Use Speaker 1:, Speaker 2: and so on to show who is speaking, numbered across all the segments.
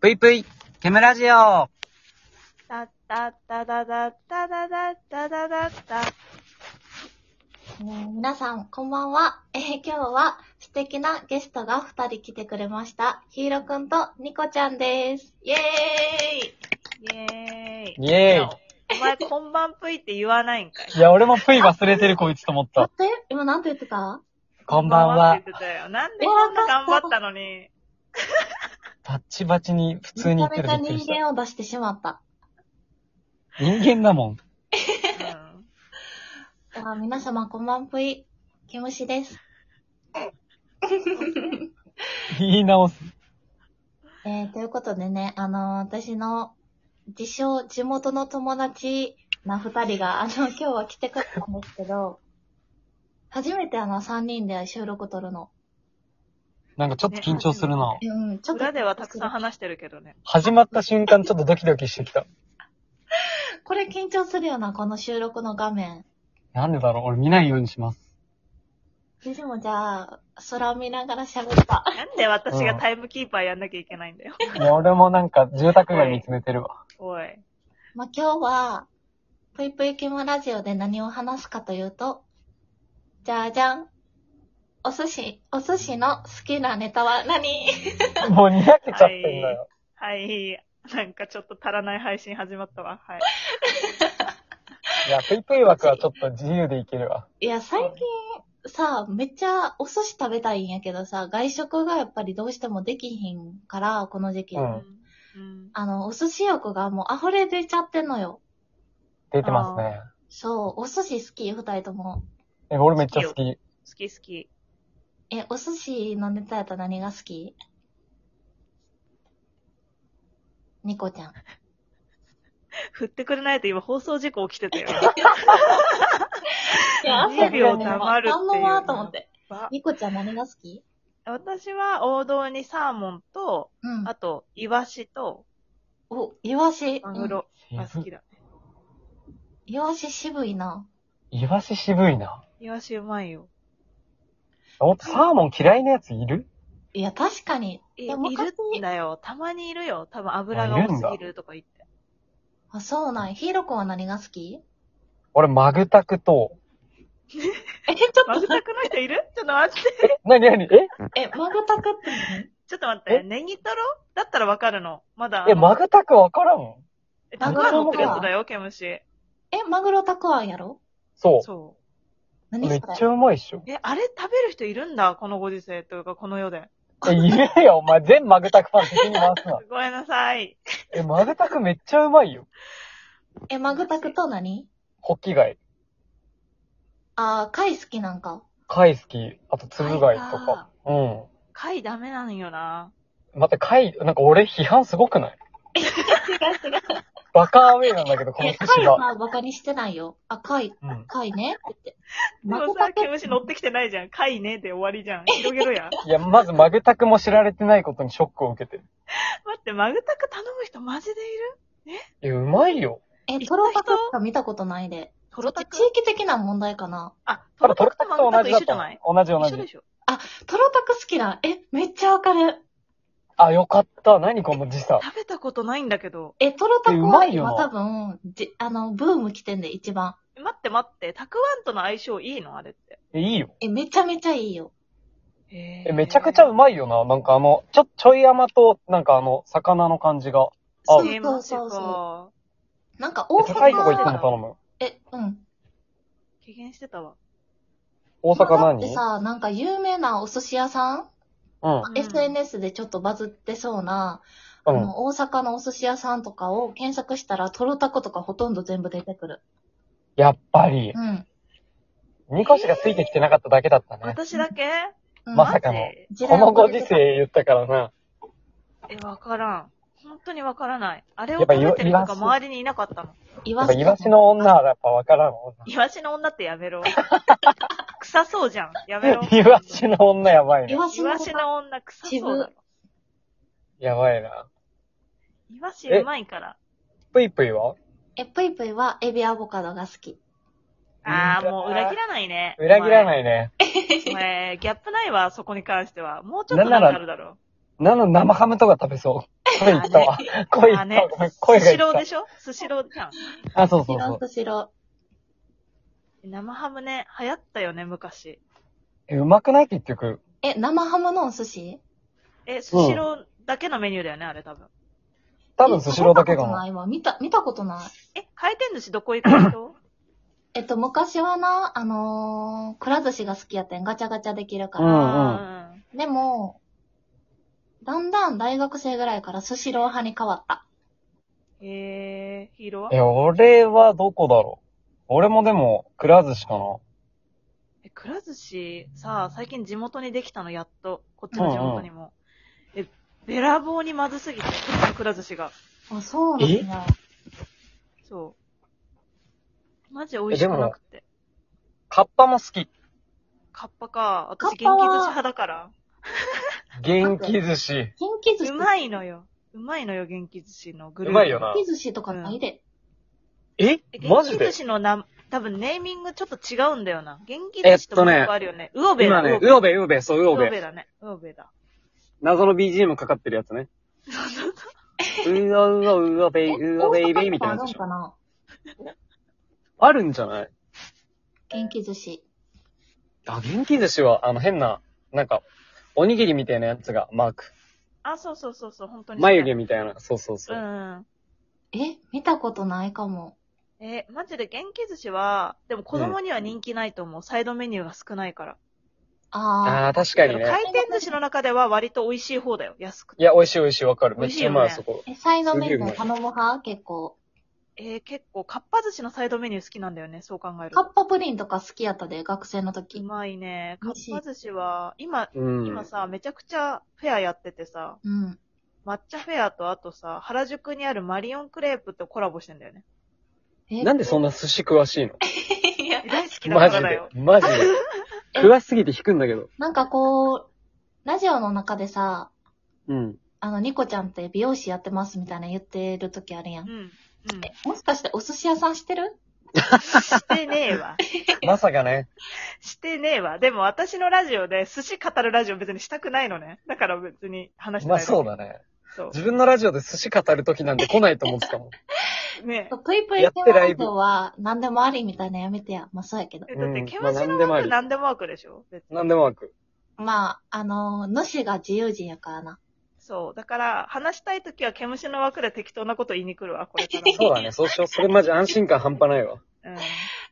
Speaker 1: ぷいぷい、ケムラジオ
Speaker 2: たったっただだっただだっただだった。
Speaker 3: えー皆さん、こんばんは。えー今日は素敵なゲストが2人来てくれました。ヒーローくんとニコちゃんです。イェー
Speaker 2: イ
Speaker 3: イ
Speaker 2: ェーイ。
Speaker 1: イェー
Speaker 2: お前、こんばんぷいって言わないんかい。
Speaker 1: イいや、俺もぷい忘れてるこいつと思っ
Speaker 3: 待
Speaker 1: た
Speaker 3: っ。て、今なんて言ってた
Speaker 1: こんばん
Speaker 2: っ
Speaker 1: は
Speaker 2: て。言ってたよ。なんでこんな頑張ったのに。
Speaker 1: バッチバチに普通に言ってるびっくりし
Speaker 3: めちゃめちゃ人間を出してしまった。
Speaker 1: た。人間だもん。
Speaker 2: うん
Speaker 3: では皆様、こんばんぷい。ケムシです。
Speaker 1: 言い直す。
Speaker 3: えーということでね、あのー私の自称、地元の友達な2人が、あの、今日は来てくれたんですけど、初めてあの、3人で収録撮るの。
Speaker 1: なんかちょっと緊張するな。
Speaker 3: うん、ちょっと。
Speaker 2: 裏ではたくさん話してるけどね。
Speaker 1: 始まった瞬間ちょっとドキドキしてきた。
Speaker 3: これ緊張するよな、この収録の画面。
Speaker 1: なんでだろう俺見ないようにします。
Speaker 3: いつもじゃあ、空を見ながら喋った。
Speaker 2: なんで私がタイムキーパーやんなきゃいけないんだよ。
Speaker 1: いや、俺もなんか住宅街見つめてるわ。
Speaker 2: おい。
Speaker 3: まあ、今日は、ぷいぷいきもラジオで何を話すかというと、じゃあじゃん。お寿司、お寿司の好きなネタは何
Speaker 1: もうにやけちゃってんだよ。
Speaker 2: はい。なんかちょっと足らない配信始まったわ。はい。
Speaker 1: いや、ぷいぷい枠はちょっと自由でいけるわ。
Speaker 3: いや、最近さ、めっちゃお寿司食べたいんやけどさ、外食がやっぱりどうしてもできひんから、この時期。
Speaker 1: う
Speaker 2: うんん。
Speaker 3: あの、お寿司欲がもう溢れ出ちゃってんのよ。
Speaker 1: 出てますね。
Speaker 3: そう、お寿司好き、二人とも。
Speaker 1: え、俺めっちゃ好き。
Speaker 2: 好き好き。
Speaker 3: え、お寿司のネタやったら何が好きニコちゃん。
Speaker 2: 振ってくれないと今放送事故起きてたよ。
Speaker 3: い
Speaker 2: や汗がね
Speaker 3: 黙るっていう。なと思って。
Speaker 2: ば
Speaker 3: ニコちゃん何が好き
Speaker 2: 私は王道にサーモンと、
Speaker 3: うん。
Speaker 2: あと、イワシと、
Speaker 3: お、イワシ。
Speaker 2: マグロが好きだ。
Speaker 3: うんイワシ渋いな。
Speaker 1: イワシ渋いな。
Speaker 2: イワシうまいよ。
Speaker 1: ほんとサーモン嫌いなやついる
Speaker 3: いや、確かに。
Speaker 2: いい
Speaker 3: いや昔
Speaker 2: るんだよ。たまにいるよ。多分油が多すぎるとか言って。
Speaker 3: あ、そうなんや。ヒーロー君は何が好き
Speaker 1: 俺、マグタクと、
Speaker 3: え、ちょ
Speaker 2: マグタクの人いるちょっと待って。
Speaker 1: なになにえ
Speaker 3: っと、え、マグタクって何
Speaker 2: ちょっと待っ
Speaker 1: え
Speaker 2: て。ネギトロだったらわかるの。まだ。
Speaker 1: え、マグタクわからん
Speaker 2: えタクは乗ってるやつだよ、ケムシ。
Speaker 3: え、マグロタクアンやろ
Speaker 1: そう。
Speaker 2: そ
Speaker 3: 何
Speaker 1: めっ
Speaker 3: それ
Speaker 1: ちゃうまいっしょ。
Speaker 2: う。え、あれ食べる人いるんだ。このご時世というか、この世で。
Speaker 1: え、いるよ、お前。全マグタクファン敵に回すな。
Speaker 2: ごめんなさい。
Speaker 1: え、マグタクめっちゃうまいよ。
Speaker 3: え、マグタクと何
Speaker 1: ホッキ貝、
Speaker 3: あー、貝好きなんか。
Speaker 1: 貝好き、あとつぶ貝と
Speaker 3: 貝か
Speaker 1: か。うん。
Speaker 2: 貝ダメなんよな。
Speaker 1: また貝、なんか俺批判すごく ない
Speaker 3: 違う違う。
Speaker 1: バカアウェイなんだけど、この
Speaker 3: え、
Speaker 1: 寿司
Speaker 3: 貝
Speaker 1: が。
Speaker 3: はバカにしてないよ。あ、貝、
Speaker 1: うん。
Speaker 3: 貝ねって言って。
Speaker 2: で
Speaker 3: マ
Speaker 2: も
Speaker 3: グ
Speaker 2: さ
Speaker 3: タ、ク
Speaker 2: ケムシ乗ってきてないじゃん。貝ねで終わりじゃん。広げろや。
Speaker 1: いや、まずマグタクも知られてないことにショックを受けてる。
Speaker 2: 待って、マグタク頼む人マジでいる
Speaker 1: いや、うまいよ。
Speaker 3: え、トロタクしか見たことないで。
Speaker 2: トロタク
Speaker 3: 地域的な問題かな。
Speaker 2: あ、
Speaker 1: ただ
Speaker 2: トロ
Speaker 1: ト
Speaker 2: タ
Speaker 1: ロ
Speaker 2: ク
Speaker 1: タ
Speaker 2: と
Speaker 1: ク
Speaker 2: マ
Speaker 1: と
Speaker 2: グ
Speaker 1: 同
Speaker 2: タ
Speaker 1: じだっ
Speaker 2: ク一緒じゃ
Speaker 1: た
Speaker 2: ない。
Speaker 1: 同じ同
Speaker 2: 一緒で
Speaker 1: じ。
Speaker 2: しょ。
Speaker 3: トロタク好きだ。え、めっちゃわかる。
Speaker 1: あ、よかった。何この時差。
Speaker 2: 食べたことないんだけど。
Speaker 3: え、トロタク
Speaker 1: うま
Speaker 3: はい
Speaker 1: よな
Speaker 3: 今多分、じあの、ブーム来てんで、一番。
Speaker 2: 待って待って、たくあんとの相性いいのあれって。
Speaker 1: え、いいよ。
Speaker 3: え、めちゃめちゃいいよ。
Speaker 2: え
Speaker 1: え、めちゃくちゃうまいよな。なんかあの、ちょ、ちょい甘と、なんかあの、魚の感じが。あ
Speaker 3: そうそうそうそ。
Speaker 2: そう
Speaker 3: なんか
Speaker 1: え
Speaker 3: 大
Speaker 1: 高いとこ行って
Speaker 3: 阪、
Speaker 1: んの頼む。
Speaker 3: え、うん。
Speaker 2: う。軽減してたわ。
Speaker 1: 大阪
Speaker 3: だって
Speaker 1: 何
Speaker 3: さ、なんか有名なお寿司屋さん、
Speaker 1: うん。
Speaker 2: うん
Speaker 3: ?SNS でちょっとバズってそうな、あ
Speaker 1: うん。
Speaker 3: の、大阪のお寿司屋さんとかを検索したら、トロタクとかほとんど全部出てくる。
Speaker 1: やっぱり、
Speaker 3: うん。
Speaker 1: ニコシがついてきてなかっただけだったね。
Speaker 2: 私だけ
Speaker 3: うん、
Speaker 1: まさかの
Speaker 2: マジ
Speaker 3: ジェ
Speaker 1: こ
Speaker 3: ラ
Speaker 1: の
Speaker 3: ー
Speaker 1: ご
Speaker 3: ト出
Speaker 1: 時
Speaker 3: て
Speaker 1: 世言
Speaker 3: た
Speaker 1: ったからな。
Speaker 2: え、わからん。本当にわからない。あれを
Speaker 1: やっぱ
Speaker 2: 食べてる人
Speaker 1: イワ
Speaker 2: が
Speaker 1: シ
Speaker 2: 周りにいなかったの。
Speaker 3: イ
Speaker 1: や
Speaker 3: ワ
Speaker 1: っぱ
Speaker 3: シ。
Speaker 1: イワシの女はやっぱわからん女。
Speaker 2: イワシの女ってや めろ。臭そうじゃん。やめろ。
Speaker 1: イワシの女やばい
Speaker 3: イ
Speaker 1: な。
Speaker 3: ワ
Speaker 2: イ
Speaker 3: シの
Speaker 2: ワ
Speaker 3: 子
Speaker 2: シ
Speaker 3: が
Speaker 2: の女臭そうだろ。
Speaker 1: やばいな。
Speaker 2: イワシうまいから。
Speaker 1: ぷいぷいは
Speaker 3: え、ぷいぷいはエビアボカドが好き。
Speaker 2: あー、もう裏切らないね。
Speaker 1: 裏切ら
Speaker 2: い。
Speaker 1: ないね。
Speaker 2: お前、ギャップないわ、そこに関しては。もうちょっとなんかあるだろう。
Speaker 1: なの生ハムとか食べそう。声いったわ。声いっ
Speaker 2: ま
Speaker 1: た
Speaker 2: あね
Speaker 1: わ。声
Speaker 2: ス
Speaker 1: がい
Speaker 2: シ
Speaker 1: っ
Speaker 2: ローで
Speaker 1: た。
Speaker 2: しょスシローじゃん。
Speaker 1: あ、そうそうそ
Speaker 3: 白
Speaker 1: う。
Speaker 3: と白。
Speaker 2: 生ハムね、流行ったよね、昔。
Speaker 1: え、うまくない結局。
Speaker 3: え、生ハムのお寿司
Speaker 2: え、スシローだけのメニューだよね、あれ多分。
Speaker 1: 多分スシローだけかな。
Speaker 3: え見たことないわ。見た、見たことない。
Speaker 2: え、回転寿司どこ行く人
Speaker 3: えっと、昔はな、あのー、くら寿司が好きやってん。ガチャガチャできるか
Speaker 1: うん
Speaker 3: ら。
Speaker 2: あ
Speaker 3: でも、だんだん大学生ぐらいからスシロー派に変わった。
Speaker 2: ーえー、ヒーローは
Speaker 1: え、俺はどこだろう。俺もでも、くら寿司かな。
Speaker 2: え、くら寿司、さあ、最近地元にできたの、やっと。こっちの地元にも。え、べらぼうにまずすぎて、こっちのくら寿司が。
Speaker 3: あ、そうなんだ。
Speaker 2: そう。マジ美味しくなくて。
Speaker 1: カッパも好き。
Speaker 2: カッパか。
Speaker 3: カ
Speaker 2: 私、
Speaker 3: ッ
Speaker 2: 元気寿
Speaker 3: パは
Speaker 2: 司派だから。
Speaker 1: 元気寿司。
Speaker 3: 元気寿司
Speaker 2: うまいのよ。うまいのよ、元気寿司のグループ。
Speaker 1: うまいよな
Speaker 3: 元気寿司とかないで。
Speaker 1: え
Speaker 2: え
Speaker 1: マ
Speaker 2: 元
Speaker 1: ジ
Speaker 2: 気
Speaker 1: で
Speaker 2: 寿司のな、多分ネーミングちょっと違うんだよな。元気
Speaker 1: え
Speaker 2: 寿
Speaker 1: っ
Speaker 2: 司と
Speaker 1: と
Speaker 2: も
Speaker 1: ね
Speaker 2: よくあるよね。ウオベだ。
Speaker 1: 今ね、
Speaker 2: ウ
Speaker 1: うおべうおべ、そうう
Speaker 2: オ
Speaker 1: お
Speaker 2: ベウオ
Speaker 1: べ。
Speaker 2: ベだね。ウオベだ。
Speaker 1: 謎の BGM かかってるやつ ね。うわうわうわべい、うわべいべいみたいな
Speaker 3: あ
Speaker 1: やつ
Speaker 3: る
Speaker 1: で
Speaker 3: ん
Speaker 1: しょ。
Speaker 3: かな
Speaker 1: あるんじゃない
Speaker 3: 元気寿司。
Speaker 1: あ、元気寿司は、あの、変な、なんか、おにぎりみたいなやつがマーク。
Speaker 2: あ、そうそうそうそう、本当に。
Speaker 1: 眉毛みたいな、そうそうそうう。
Speaker 2: ん。
Speaker 3: え、見たことないかも。
Speaker 2: えーマジで元気寿司は、でも子供には人気ないと思う。サイドメニューが少ないから。
Speaker 3: あ
Speaker 1: ああ、確か
Speaker 2: で
Speaker 1: に
Speaker 2: も
Speaker 1: ね。
Speaker 2: 回転寿司の中では割と美味しい方だよ。安く
Speaker 1: い
Speaker 2: て。
Speaker 1: や、美味しい美味しい、わかる。めっちゃうまい、
Speaker 2: 美味しい
Speaker 1: そ
Speaker 2: よ
Speaker 1: こ。
Speaker 3: ー。え、サイドメニュー頼む派結構。
Speaker 2: えー結構、かっぱ寿司のサイドメニュー好きなんだよね。そう考える
Speaker 3: カッ
Speaker 2: と。
Speaker 3: パプリンとか好きやったで、学生の
Speaker 2: う
Speaker 3: 時。
Speaker 2: まいね。
Speaker 3: 美
Speaker 2: かっ
Speaker 3: 味しい
Speaker 2: ぱ寿司は、今、
Speaker 1: うん。
Speaker 2: 今さ、めちゃくちゃフェアやっててさ、
Speaker 3: うん。
Speaker 2: 抹茶フェアとあとさ、原宿にあるマリオンクレープとコラボしてんだよね。
Speaker 3: え
Speaker 1: なんでそんな寿司詳しいの
Speaker 3: いや
Speaker 2: え大好きだか
Speaker 1: マジ
Speaker 2: らだ
Speaker 1: で
Speaker 2: よ。。
Speaker 1: マジで。
Speaker 3: え
Speaker 1: 詳しすぎて引くんだけど。
Speaker 3: なんかこう、ラジオの中でさ、
Speaker 1: うん。
Speaker 3: あの、ニコちゃんって美容師やってますみたいな言ってる時あるや。
Speaker 2: うんん。うん。
Speaker 3: もしかしてお寿司屋さんしてる
Speaker 2: してねえわ。
Speaker 1: まさかね。
Speaker 2: してねえわ。でも私のラジオで寿司語るラジオ別にしたくないのね。だから別に話して
Speaker 1: ま
Speaker 2: な
Speaker 1: あ
Speaker 2: い。
Speaker 1: そうだね。
Speaker 2: そう。
Speaker 1: 自分のラジオで寿司語るときなんて来ないと思ってたもん。
Speaker 2: ね
Speaker 3: ぷいぷい
Speaker 1: やっ
Speaker 3: テー
Speaker 1: て
Speaker 3: マ
Speaker 1: ライブ
Speaker 3: 放送は何でもありみたいなやめてや。まあそうやけど。
Speaker 2: え。だっ
Speaker 1: う
Speaker 2: て、
Speaker 1: ん
Speaker 2: ケムシの
Speaker 1: まあ何でもあり
Speaker 2: ワーク何でもワークでしょ別 に
Speaker 1: なんでもなく。
Speaker 3: まあ、あのー、主が自由人やからな。
Speaker 2: そう。だから、話したいときはケムシの枠で適当なこと言いに来るわ、これから。
Speaker 1: そうだね。そうしよう。それマジ安心感半端ないわ。
Speaker 2: うん。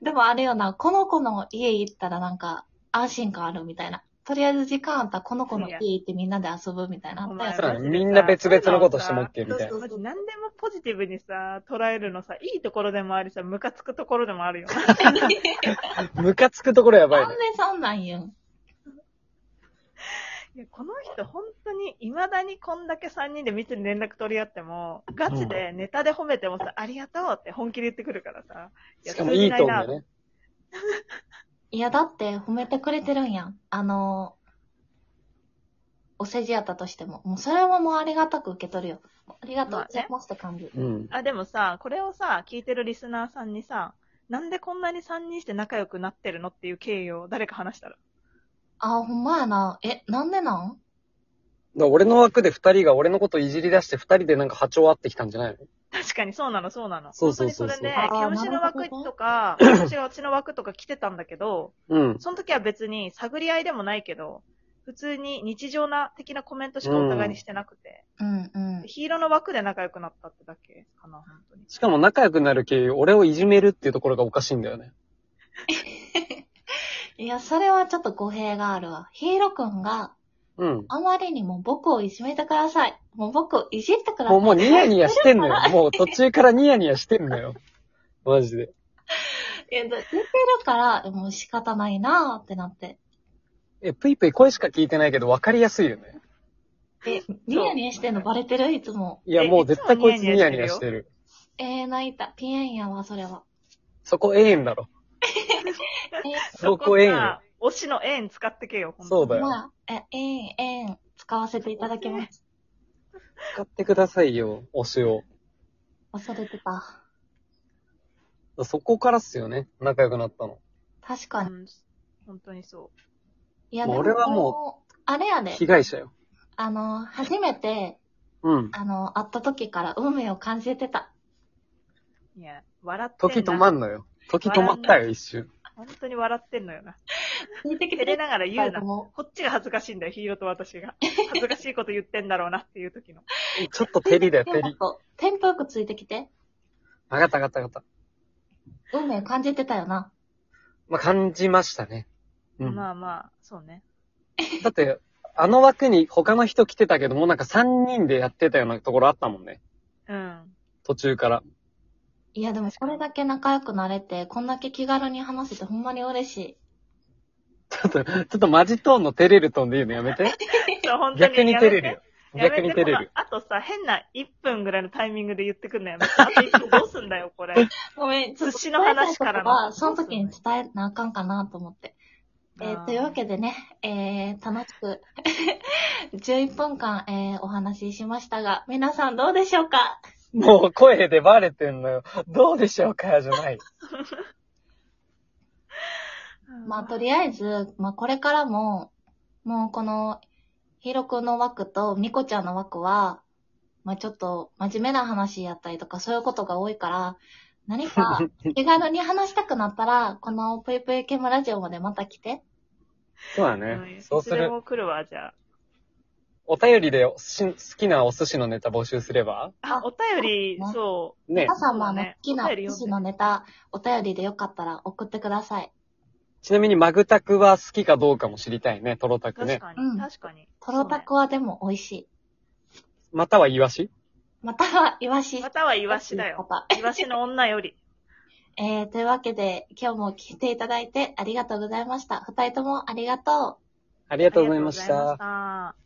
Speaker 3: でもあれよな、この子の家行ったらなんか安心感あるみたいな。とりあえず時間あったらこの子の家行ってみんなで遊ぶみたいな。
Speaker 2: お
Speaker 3: あ
Speaker 2: 前
Speaker 3: った
Speaker 1: そう
Speaker 3: よな
Speaker 1: だねみんな別々のことしても OK みたい
Speaker 3: そ
Speaker 1: な
Speaker 3: う。
Speaker 2: マジ何でもポジティブにさ、捉えるのさ、いいところでもありさ、ムカつくところでもあるよ。
Speaker 1: ムカつくところやばい
Speaker 3: なん
Speaker 1: ね
Speaker 3: で。そんなん言うん
Speaker 2: いやこの人本当に、未だにこんだけ3人で密に連絡取り合っても、ガチでネタで褒めてもさ、ありがとうって本気で言ってくるからさ。や
Speaker 1: しかもいいトーンだ
Speaker 2: 通じないな
Speaker 1: ね。
Speaker 3: いや、だって褒めてくれてるんやん。あのー、お世辞やったとしても。もうそれはもうありがたく受け取るよ。ありがとうございますって感じ。
Speaker 1: うん。
Speaker 2: あ、でもさ、これをさ、聞いてるリスナーさんにさ、なんでこんなに3人して仲良くなってるのっていう経緯を誰か話したら。
Speaker 3: あ、ほんまやな。え、なんでなん
Speaker 1: だから俺の枠で二人が俺のこといじり出して二人でなんか波長合ってきたんじゃないの
Speaker 2: 確かにそうなの、そうなの。
Speaker 1: そうそうそうそう
Speaker 2: 本当に
Speaker 3: あー
Speaker 2: それで、ケムシの
Speaker 3: な
Speaker 2: 枠
Speaker 3: るほどね
Speaker 2: とか、私がうちの枠とか来てたんだけど、
Speaker 1: うん。
Speaker 2: その時は別に探り合いでもないけど、普通に日常な的なコメントしかお互いにしてなくて、
Speaker 3: うんうん。
Speaker 2: ヒーローの枠で仲良くなったってだけかな、本当に。
Speaker 1: しかも仲良くなる経由、俺をいじめるっていうところがおかしいんだよね。
Speaker 3: いや、それはちょっと語弊があるわ。ヒーローくんが
Speaker 1: うん。
Speaker 3: あまりにも僕をいじめてください。もう僕をいじってくださ
Speaker 1: もう、
Speaker 3: い。
Speaker 1: もうニヤニヤしてんのよ。もう途中からニヤニヤしてんのよ。マジで。
Speaker 3: いや、だ言ってるから、もう仕方ないなーってなって。
Speaker 1: え、ぷいぷい声しか聞いてないけど分かりやすいよね。
Speaker 3: え、ニヤニヤしてんのバレてるいつも。
Speaker 1: いや、
Speaker 2: え
Speaker 1: もう絶対こいつ
Speaker 2: いつも
Speaker 1: ニ
Speaker 2: ニ
Speaker 1: ヤ
Speaker 2: ヤ
Speaker 1: ニ
Speaker 2: ニ
Speaker 1: ヤ
Speaker 2: ヤ
Speaker 1: し
Speaker 2: して
Speaker 1: る。
Speaker 3: えー、泣いた。ピエンやわ、それは。
Speaker 1: そこええんだ ろ。
Speaker 3: え
Speaker 1: そこええんよ
Speaker 2: さ。推しの縁使ってけよ、本当
Speaker 1: そう
Speaker 2: に
Speaker 1: だ
Speaker 3: ー、
Speaker 1: よ。
Speaker 3: まあ、え、えん、えん、使わせていただきます。
Speaker 1: 使ってくださいよ、推しを。
Speaker 3: 忘れてた。
Speaker 1: そこからっすよね、仲良くなったの。
Speaker 3: 確かに。
Speaker 2: うん。本当にそう。
Speaker 3: いや、
Speaker 1: もう俺はも
Speaker 3: う、あれやで。
Speaker 1: 被害者よ。
Speaker 3: あの、初めて、
Speaker 1: うん。
Speaker 3: あの、会った時から運命を感じてた。
Speaker 2: いや、笑ってん
Speaker 1: 時
Speaker 2: な
Speaker 1: 止まんのよ。時止まったよ、一瞬。
Speaker 2: 本当に笑ってんのよな。
Speaker 3: 聞いてき
Speaker 2: 照れながら言うな。
Speaker 3: も
Speaker 2: こっちが恥ずかしいんだよ、ヒーローと私 が。恥ずかしいこと言ってんだろうなっていう時の。
Speaker 1: ちょっと照りだよ、
Speaker 3: テ
Speaker 1: 照
Speaker 3: ン
Speaker 1: り。
Speaker 3: ポ、テンポよくついてきて。
Speaker 1: わかったわかったわかった。
Speaker 3: 運命を感じてたよな。
Speaker 1: まあ、感じましたね。うん。
Speaker 2: まあまあ、そうね。
Speaker 1: だって、あの枠に他の人来てたけども、なんか3人でやってたようなところあったもんね。
Speaker 2: うん。
Speaker 1: 途中から。
Speaker 3: いや、でもこれだけ仲良くなれて、こんだけ気軽に話せてほんまに嬉しい。
Speaker 1: ちょっと、ちょっとマジトーンの照れるトーンで言うのやめて。
Speaker 2: そう、本当に。
Speaker 1: 逆に照れるよ。
Speaker 2: やめ
Speaker 1: 逆
Speaker 2: て。
Speaker 1: に照れ
Speaker 2: やめて
Speaker 1: る。
Speaker 2: あとさ、変な1分ぐらいのタイミングで言ってくんのやめて。あと1分どうすんだよ、これ。
Speaker 3: ごめん、
Speaker 2: 寿司の話からの。
Speaker 3: その時に伝えなあかんかなと思って。えー
Speaker 2: あー
Speaker 3: というわけでね、えー、楽しく 11分間、えー、お話ししましたが、皆さんどうでしょうか
Speaker 1: もう声でバレてんのよ。どうでしょうかじゃない。
Speaker 2: うん
Speaker 3: まあ、とりあえず、まあ、これからも、もうこの、ヒロ君の枠とミコちゃんの枠は、まあ、ちょっと真面目な話やったりとか、そういうことが多いから、何か気軽に話したくなったら、このぷいぷいケムラジオまでまた来て。
Speaker 1: そうだ
Speaker 2: う
Speaker 1: ね。
Speaker 2: ん
Speaker 1: そう
Speaker 2: い
Speaker 1: す
Speaker 2: つで
Speaker 1: る。
Speaker 2: も来るわ、じゃあ。
Speaker 1: お便りでおし好きなお寿司のネタ募集すれば
Speaker 2: あ、お便り
Speaker 3: あ、
Speaker 2: そ
Speaker 1: ね
Speaker 3: 皆。さんもあの、
Speaker 2: そう
Speaker 3: 好
Speaker 2: ね
Speaker 3: きな
Speaker 2: お便り
Speaker 3: 寿司
Speaker 2: 読んで
Speaker 3: のネタ、お便りでよかったら送ってください。
Speaker 1: ちなみにマグタクは好きかどうかも知りたいね。トロタ
Speaker 2: う。
Speaker 1: ク
Speaker 2: 確
Speaker 1: ね。
Speaker 2: か
Speaker 3: うん
Speaker 2: に、確かに。
Speaker 3: トロタクはでも美味しい。
Speaker 1: またはイワシ
Speaker 3: または、イワ
Speaker 2: そう
Speaker 3: シ。
Speaker 2: ねまたはイワシだよ。。イワシの女より。
Speaker 3: えー、というわけで、今日も聞いていただいてありがとうございました。二人ともありがとう。
Speaker 1: ありがとうございました
Speaker 2: ありがとうございました。